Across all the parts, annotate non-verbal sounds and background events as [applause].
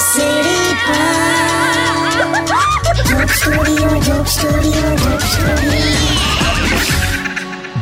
सीढ़ी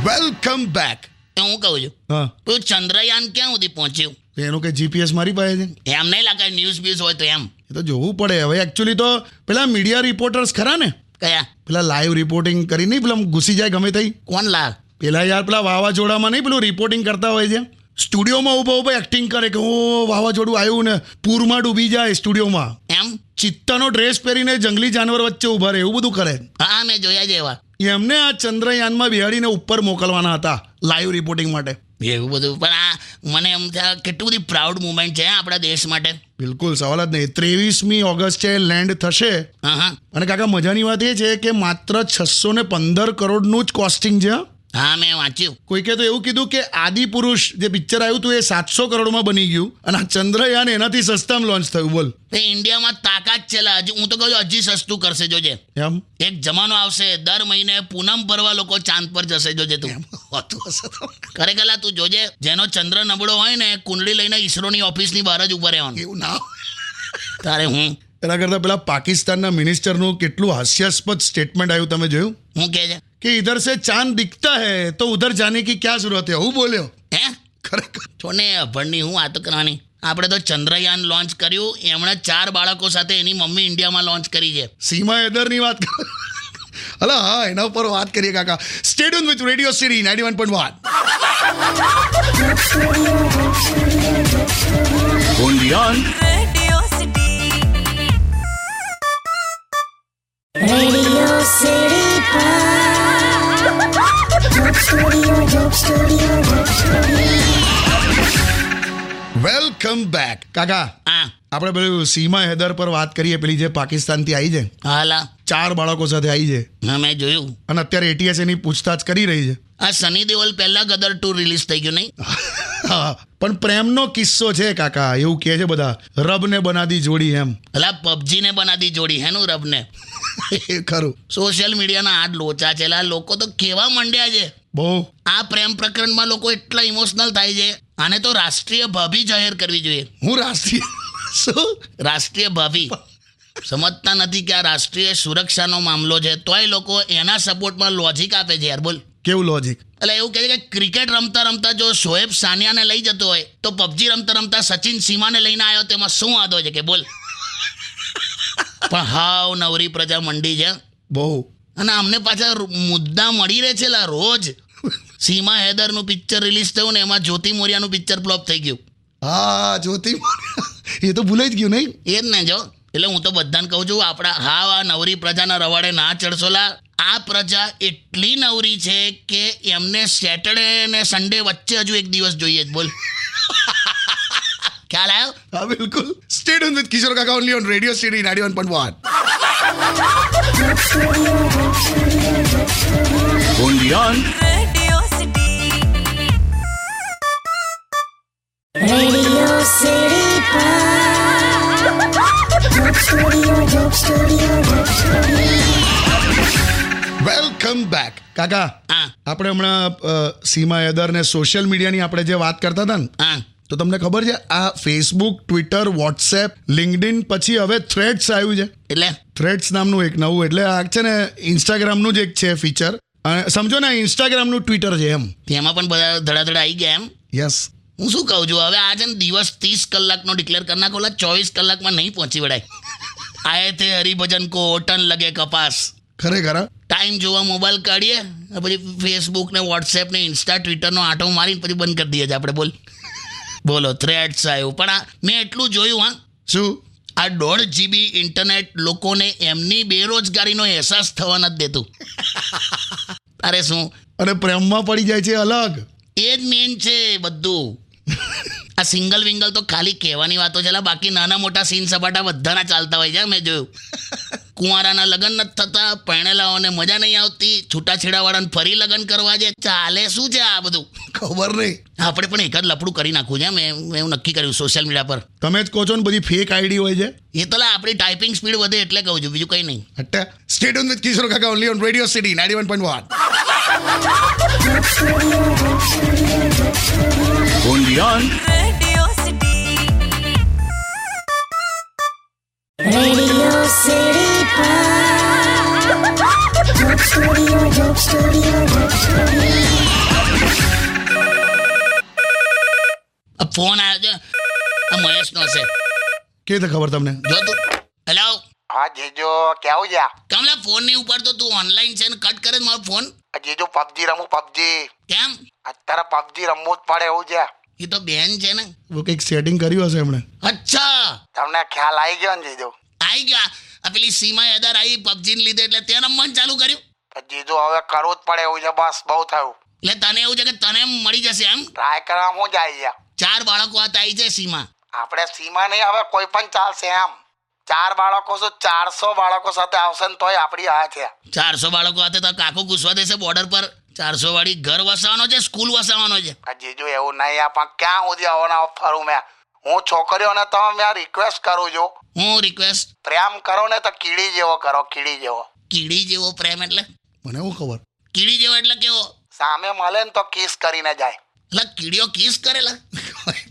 welcome back તો હું કહું છું હા પેલું ચંદ્રયાન ક્યાં સુધી પહોંચ્યું તો એનું કે જીપીએસ મારી પાસે છે એમ નહીં લાગે ન્યૂઝ બ્યુઝ હોય તો એમ એ તો જોવું પડે હવે એકચ્યુઅલી તો પેલા મીડિયા રિપોર્ટર્સ ખરા ને કયા પેલા લાઈવ રિપોર્ટિંગ કરી નહીં પેલા આમ ઘૂસી જાય ગમે તઈ કોણ લાલ પેલા યાર પેલા વાવાઝોડામાં નહીં પેલું રિપોર્ટિંગ કરતા હોય છે સ્ટુડિયોમાં ઊભો ઊભો એક્ટિંગ કરે કે ઓ વાવાઝોડું આવ્યું ને પૂરમાં ડૂબી જાય સ્ટુડિયોમાં એમ ચિત્તાનો ડ્રેસ પહેરીને જંગલી જાનવર વચ્ચે ઊભા રહે એવું બધું કરે હા મેં જોયા છે એવા એમને આ ચંદ્રયાનમાં બિહાડીને ઉપર મોકલવાના હતા લાઈવ રિપોર્ટિંગ માટે એવું બધું પણ આ મને એમ થાય કેટલી બધી પ્રાઉડ મુમેન્ટ છે હા આપણા દેશ માટે બિલકુલ સવાલ જ નહીં ત્રેવીસમી ઓગસ્ટે લેન્ડ થશે હા હા અને કાકા મજાની વાત એ છે કે માત્ર છસો ને પંદર કરોડનું જ કોસ્ટિંગ છે હા. હા મેં વાંચ્યું કોઈકે તો એવું કીધું કે આદિપુરુષ જે પિક્ચર આવ્યું હતું એ સાતસો કરોડમાં બની ગયું અને આ ચંદ્રયાન એનાથી સસ્તામાં લોન્ચ થયું બોલ તો ઇન્ડિયામાં તાકાત છે લા. હજી હું તો કહું છું હજી સસ્તું કરશે જોજે એમ એક જમાનો આવશે દર મહિને પૂનમ ભરવા લોકો ચાંદ પર જશે જોજે તું ખરેખર લા, તું જોજે જેનો ચંદ્ર નબળો હોય ને કુંડળી લઈને ઈસરોની ઓફિસની બહાર જ ઉભા રહેવાનું એવું ના તારે હું એના કરતાં પેલા પાકિસ્તાનના મિનિસ્ટરનું કેટલું હાસ્યાસ્પદ સ્ટેટમેન્ટ આવ્યું તમે જોયું હું કે છે કે ઇધર સે ચાંદ દિખતા હે તો ઉધર જાને કી ક્યાં જરૂરત હે હું બોલ્યો હે ખરેખર છોને અભણની હું વાત કરવાની આપણે તો ચંદ્રયાન લોન્ચ કર્યું એમણે ચાર બાળકો સાથે એની મમ્મી ઇન્ડિયામાં લોન્ચ કરી છે સીમા એદરની વાત કરો [laughs] અલા હા એના ઉપર વાત કરીએ કાકા stadium with Radio City ninety one point one only on Radio City. Radio City welcome back કાકા હા આપણે પેલું સીમા હેદર પર વાત કરીએ પેલી જે પાકિસ્તાનથી આવી છે હાલા ચાર બાળકો સાથે આવી છે હા મેં જોયું અને અત્યારે એટીએસ એની પૂછતાછ કરી રહી છે આ સની દેઓલ પહેલા ગદર ટુ રિલીઝ થઈ ગયું નહીં હા, પણ પ્રેમનો કિસ્સો છે કાકા એવું કહે છે બધા રબને બનાદી જોડી એમ [laughs] અલા પબજીને બનાદી જોડી હેનું રબને એ ખરું સોશિયલ મીડિયાના આ લોચા છે લા, લોકો તો કેવા મંડ્યા છે બહુ આ પ્રેમ પ્રકરણમાં લોકો એટલા ઇમોશનલ થાય છે આને તો રાષ્ટ્રીય ભાભી જાહેર કરવી જોઈએ હું રાષ્ટ્રીય [laughs] શું રાષ્ટ્રીય ભાભી સમજતા નથી કે આ રાષ્ટ્રીય સુરક્ષાનો મામલો છે તોય લોકો એના સપોર્ટમાં લોજિક આપે છે યાર બોલ કેવું લોજિક એટલે એવું કહે છે કે ક્રિકેટ રમતા રમતા જો શોએબ સાનિયાને લઈ જતો હોય તો પબજી રમતા રમતા સચિન સીમાને લઈને આવ્યો તેમાં શું વાંધો છે કે બોલ પણ હાવ નવરી પ્રજા મંડી છે બહુ અને અમને પાછા રુ- મુદ્દા મળી રહે છે લા રોજ સીમા હેદરનું પિક્ચર રિલીઝ થયું ને એમાં જ્યોતિ મોરિયાનું પિક્ચર ફ્લોપ થઈ ગયું હા જ્યોતિ [laughs] એ તો ભૂલાઈ જ ગયું નહીં એ જ ને જો એટલે હું તો બધાને કહું છું આપણા હાવ આ નવરી પ્રજાના રવાડે ના ચડશો લા આ પ્રજા એટલી નવરી છે કે એમને સેટરડે ને સન્ડે વચ્ચે હજુ એક દિવસ જોઈએ જ બોલ ખ્યાલ આવ્યો હા બિલકુલ સ્ટેડિયમ વિથ કિશોર કાકા only on Radio City ninety one point one only on Radio City. Radio City welcome back કાકા હા આપણે હમણાં અ, સીમા યદર ને સોશિયલ મીડિયાની આપણે જે વાત કરતા હતા ને હા તો તમને ખબર છે આ ફેસબુક ટ્વિટર વોટ્સએપ લિંકડિન પછી હવે થ્રેડ્સ આવ્યું છે એટલે થ્રેડ્સ નામનું એક નવું એટલે આ છે ને ઇન્સ્ટાગ્રામનું જ એક છે ફીચર સમજો ને આ ઇન્સ્ટાગ્રામનું ટ્વિટર છે એમ તેમાં પણ બધા ધડાધડા આવી ગયા એમ યસ હું શું કહું છું હવે આજે દિવસ ત્રીસ કલાકનો ડિક્લેર કરી નાખો લા ચોવીસ કલાકમાં નહીં પહોંચી વળાય આયે તે હરિભજન કો ઓટન લગે કપાસ ખરેખર હા? ટાઈમ જોવા મોબાઈલ કાઢીએ અને પછી ફેસબુક ને વોટ્સએપ ને ઇન્સ્ટા ટ્વિટરનો આંટો મારીને પછી બંધ કરી દઈએ છે આપણે બોલ બોલો થ્રેડ્સ આવ્યું પણ આ મેં એટલું જોયું હા શું આ દોઢ જીબી ઇન્ટરનેટ લોકોને એમની બેરોજગારીનો અહેસાસ થવા નથી દેતું [laughs] અરે શું અને પ્રેમમાં પડી જાય છે અલગ એ જ મેન છે બધું આ સિંગલ વિંગલ તો ખાલી કહેવાની વાતો છે લા, બાકી નાના મોટા સીન સપાટા બધાના ચાલતા હોય છે હા, મેં જોયું કુંવારાના લગ્ન નથી થતા પરણેલાઓને મજા નહીં આવતી છૂટાછેડાવાળાને ફરી લગ્ન કરવા છે ચાલે શું છે આ બધું ખબર નહીં આપણે પણ એકાદ લપડું કરી નાખવું છે હા, મેં મેં એવું નક્કી કર્યું સોશિયલ મીડિયા પર તમે જ કહો છો ને બધી ફેક આઈડી હોય છે એ તો લા, આપણી ટાઈપિંગ સ્પીડ વધે એટલે કહું છું બીજું કંઈ નહીં અટ્ટા સ્ટેડિયમ વિથ કિશોર કાકા only on Radio City ninety one point one only on Radio City. આ ફોન આવ્યો છે આ મહેશનો હશે કેવી રીતે ખબર તમને જો તું હેલો हाँ जीजू क्या हो गया કમલા ફોન ની ઉપર તો તું ઓનલાઈન છે ને કટ કરે છે મારો ફોન जीजू पबजी रमू पबजी કેમ અત્યારે પબજી રમવું જ પડે એવું છે એ તો બેન છે ને એવું કંઈક સેટિંગ કર્યું હશે એમણે અચ્છા તમને ખ્યાલ આવી ગયો ને જીજુ આઈ ગયા આ પેલી સીમા યાદાર આવી પબજીને લીધે એટલે તે રમવાનું ચાલુ કર્યું તો જીજુ હવે કરવું જ પડે એવું છે બસ બહુ થયું એટલે તને એવું છે કે તને એમ મળી જશે એમ ટ્રાય કરવા હું જ આવી ગયા ચાર બાળકો હતા આવી છે સીમા આપણે સીમા નહીં હવે કોઈ પણ ચાલશે એમ ચાર બાળકો શું ચારસો બાળકો સાથે આવશે ને તોય આપણી આ છે ચારસો બાળકો હતા તો કાકો ઘૂસવા દેશે બોર્ડર પર ચારસો વાળી ઘર વસાવવાનો છે સ્કૂલ વસાવવાનો છે આ જીજુ એવું નહીં આ પણ ક્યાં સુધી આવવાના આવો ફરું મેં હું છોકરીઓને તમે મેં રિક્વેસ્ટ કરું છું હું રિક્વેસ્ટ પ્રેમ કરો ને તો કીડી જેવો કરો કીડી જેવો કીડી જેવો પ્રેમ એટલે મને હું ખબર કીડી જેવો એટલે કેવો સામે મળે ને તો કિસ કરીને જાય એટલે કીડીઓ કિસ કરેલા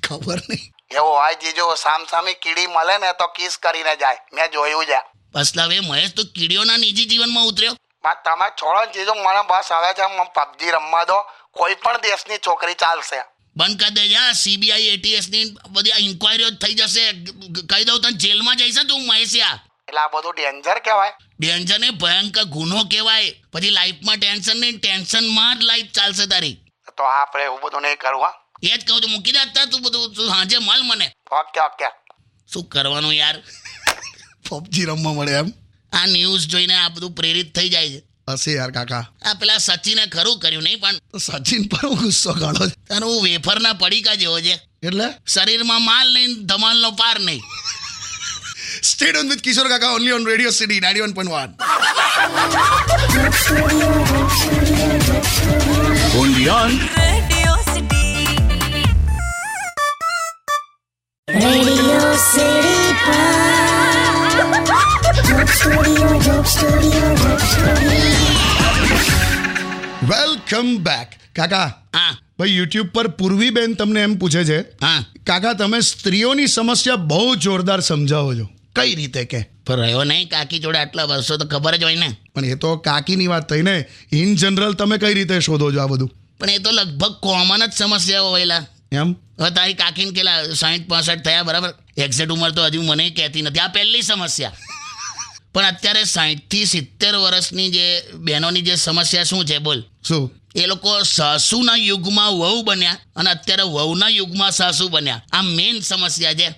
ખબર નહીં એવો હોય જીજો સામસામી કીડી મળે ને તો કિસ કરીને જાય મેં જોયું છે પસલા હવે મહેશ તો કીડીઓના નિજી જીવનમાં ઉતર્યો બા તમે છોડો ને જીજો મને બસ આવે છે મને પબજી રમવા દો કોઈ પણ દેશની છોકરી ચાલશે બંધ કરી દેજે હા સીબીઆઈ એટીએસ ની બધી આ ઇન્ક્વાયરીઓ જ થઈ જશે ગ- ગ- કહી દઉં તને જેલમાં જઈશ હે તું મહેશિયા એટલે આ બધું ડેન્જર કહેવાય ડેન્જર એ ભયંકર ગુનો કહેવાય પછી લાઈફમાં ટેન્શન નહીં ટેન્શનમાં જ લાઈફ ચાલશે તારી તો આપણે એવું બધું નહીં કરવું હા એ જ કહું છું મૂકી દે અત્યારે તું બધું તું સાંજે મળ મને ઓકે ઓકે શું કરવાનું યાર પબજી રમવા મળે એમ આ ન્યૂઝ જોઈને આ બધું પ્રેરિત થઈ જાય છે હશે યાર કાકા આ પેલા સચિને ખરું કર્યું નહીં પણ તો સચિન પર હું ગુસ્સો કાઢો છે. તારું વેફરના પડીકા જેવો છે એટલે શરીરમાં માલ નહીં ધમાલનો પાર નહીં સ્ટેડ ઓન વિથ કિશોર કાકા only on Radio City ninety one point one Onlyon. Radio City. Radio City welcome back કાકા હા ભાઈ યુટ્યુબ પર પૂર્વીબેન તમને એમ પૂછે છે હા કાકા તમે સ્ત્રીઓની સમસ્યા બહુ જોરદાર સમજાવો છો કઈ રીતે કે પણ રહ્યો નહીં કાકી જોડે આટલા વર્ષો તો ખબર જ હોય ને પણ એ તો કાકીની વાત થઈ ને ઇન જનરલ તમે કઈ રીતે શોધો છો આ બધું પણ એ તો લગભગ કોમન જ સમસ્યાઓ હોયલા એમ હવે તારી કાકીને કેટલા સાહીઠ પાસઠ થયા બરાબર એક્ઝેક્ટ ઉંમર તો હજુ મને કહેતી નથી આ પહેલી સમસ્યા પણ અત્યારે સાહીઠથી સિત્તેર વર્ષની જે બહેનોની જે સમસ્યા શું છે બોલ શું એ લોકો સાસુના યુગમાં વહુ બન્યા અને અત્યારે વહુના યુગમાં સાસુ બન્યા આ મેઇન સમસ્યા છે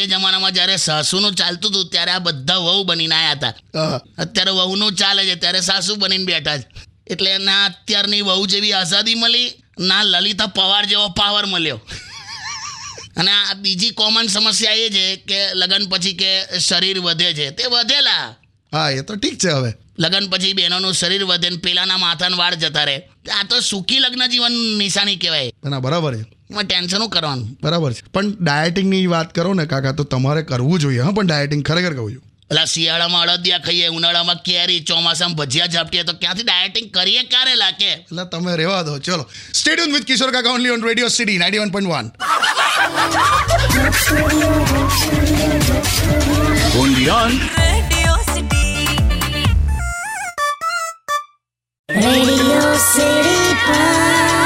એ જમાનામાં જ્યારે સાસુનું ચાલતું હતું ત્યારે આ બધા વહુ બનીને આવ્યા હતા હા. અત્યારે વહુનું ચાલે છે ત્યારે સાસુ બનીને બેઠા છે એટલે ના અત્યારની વહુ જેવી આઝાદી મળી ના લલિતા પવાર જેવો પાવર મળ્યો અને આ બીજી કોમન સમસ્યા એ છે કે લગ્ન પછી કે શરીર વધે છે તે વધેલા હા એ તો ઠીક છે હવે લગ્ન પછી બહેનોનું શરીર વધે ને પેલાના માથાના વાળ જતા રહે આ તો સુખી લગ્ન જીવન નિશાની કહેવાય ના બરાબર છે એમાં ટેન્શન શું કરવાનું બરાબર છે પણ ડાયટિંગની વાત કરો ને કાકા તો તમારે કરવું જોઈએ હા પણ ડાયટિંગ ખરેખર કહું છું પેલા શિયાળામાં અડદિયા ખાઈએ ઉનાળામાં કેરી ચોમાસામાં ભજીયા ઝાપટીએ તો ક્યાંથી ડાયટિંગ કરીએ ક્યારે લાગે એટલે તમે રહેવા દો ચલો સ્ટેડિયમ વિથ કિશોર કાકા only on Radio City ninety one point one Onlyon. Radio City. Radio City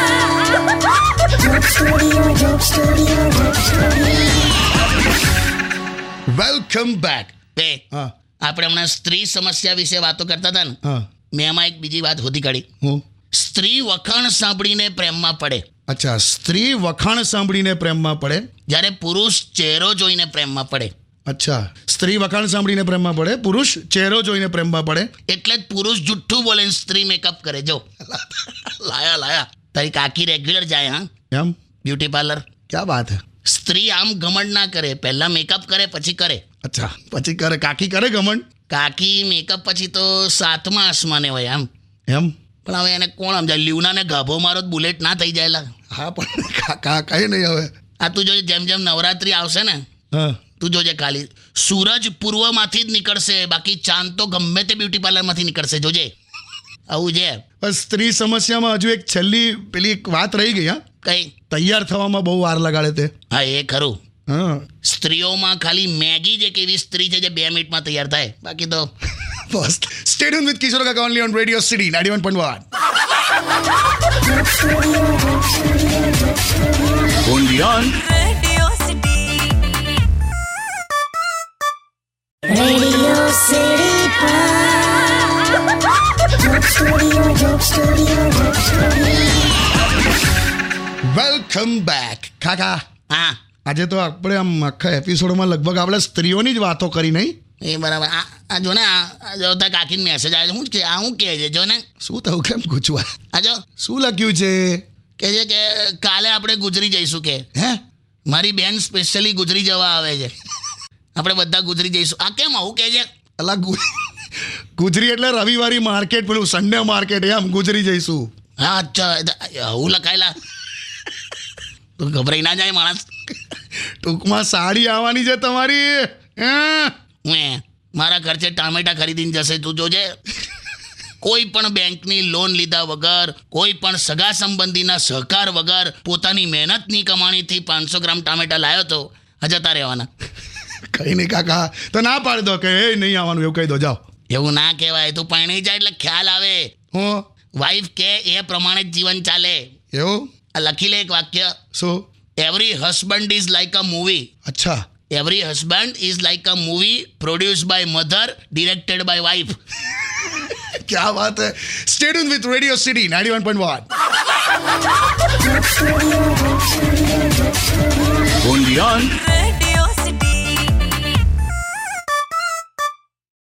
welcome back બે હા આપણે હમણાં સ્ત્રી સમસ્યા વિશે વાતો કરતા હતા ને હા મેં એમાં એક બીજી વાત હોતી કાઢી હું સ્ત્રી વખાણ સાંભળીને પ્રેમમાં પડે અચ્છા સ્ત્રી વખાણ સાંભળીને પ્રેમમાં પડે જ્યારે પુરુષ ચહેરો જોઈને પ્રેમમાં પડે અચ્છા સ્ત્રી વખાણ સાંભળીને પ્રેમમાં પડે પુરુષ ચહેરો જોઈને પ્રેમમાં પડે એટલે જ પુરુષ જુઠ્ઠું બોલે ને સ્ત્રી મેકઅપ કરે જો લાયા લાયા તારી કાકી રેગ્યુલર જાય હા એમ બ્યુટી પાર્લર ક્યાં વાત હે સ્ત્રી આમ ઘમંડ ના કરે પહેલા મેકઅપ કરે પછી કરે અચ્છા પછી કરે કાકી કરે ઘમંડ કાકી મેકઅપ પછી તો સાતમા આસમાને હોય આમ એમ પણ હવે એને કોણ સમજાય લીવનાને ગાભો મારો તો બુલેટ ના થઈ જાયેલા હા પણ કાકા કઈ નહીં હવે આ તું જોજે જેમ જેમ નવરાત્રી આવશે ને હા તું જોજે ખાલી સૂરજ પૂર્વમાંથી જ નીકળશે બાકી ચાંદ તો ગમે તે બ્યુટી પાર્લરમાંથી નીકળશે જોજે આવું છે પણ સ્ત્રી સમસ્યામાં હજુ એક છેલ્લી પેલી એક વાત રહી ગઈ હા કઈ તૈયાર થવામાં બહુ વાર લગાડે તે હા એ ખરું હા સ્ત્રીઓમાં ખાલી મેગી જે એક એવી સ્ત્રી છે જે બે મિનિટમાં તૈયાર થાય બાકી તો first. Stay tuned with Kishore Kaka only on Radio City 91.1. Kundian Radio City. Radio City welcome back કાકા હા આજે તો આપણે આમ આખા એપિસોડમાં લગભગ આપણે સ્ત્રીઓની જ વાતો કરી નહીં એ બરાબર આ આ જો ને આ આ જો તાર કાકીને મેસેજ આવ્યો હું કે આ હું કહે છે જો ને શું થયું કેમ ગુચવા આ જો શું લખ્યું છે કહે છે કે કાલે આપણે ગુજરી જઈશું કે હે મારી બેન સ્પેશિયલી ગુજરી જવા આવે છે આપણે બધા ગુજરી જઈશું આ કેમ આવું કહે છે અલા ગુ- ગુજરી એટલે રવિવારી માર્કેટ પેલું સન્ડે માર્કેટ એમ ગુજરી જઈશું હા અચ્છા એટલે આવું લખાયેલા તો ગભરાઈ ના જાય માણસ ટૂંકમાં સાડી આવવાની છે તમારી હે મેં મારા ખર્ચે ટામેટા ખરીદીને જશે તું જોજે કોઈ પણ બેંકની લોન લીધા વગર કોઈ પણ સગા સંબંધીના સહકાર વગર પોતાની મહેનતની કમાણીથી પાંચસો ગ્રામ ટામેટા લાવ્યો તો આ જતા રહેવાના કઈ નહીં કાકા તો ના પાડી દો કે એ નહીં આવવાનું એવું કહી દો જાઓ એવું ના કહેવાય તું પરણી જાય એટલે ખ્યાલ આવે હું વાઈફ કે એ પ્રમાણે જ જીવન ચાલે એવું આ લખી લે એક વાક્ય શું every husband is like a movie અચ્છા every husband is like a movie produce by mother directed by wife [laughs] ક્યાં વાત હે stadium with Radio City ninety one point one Kundian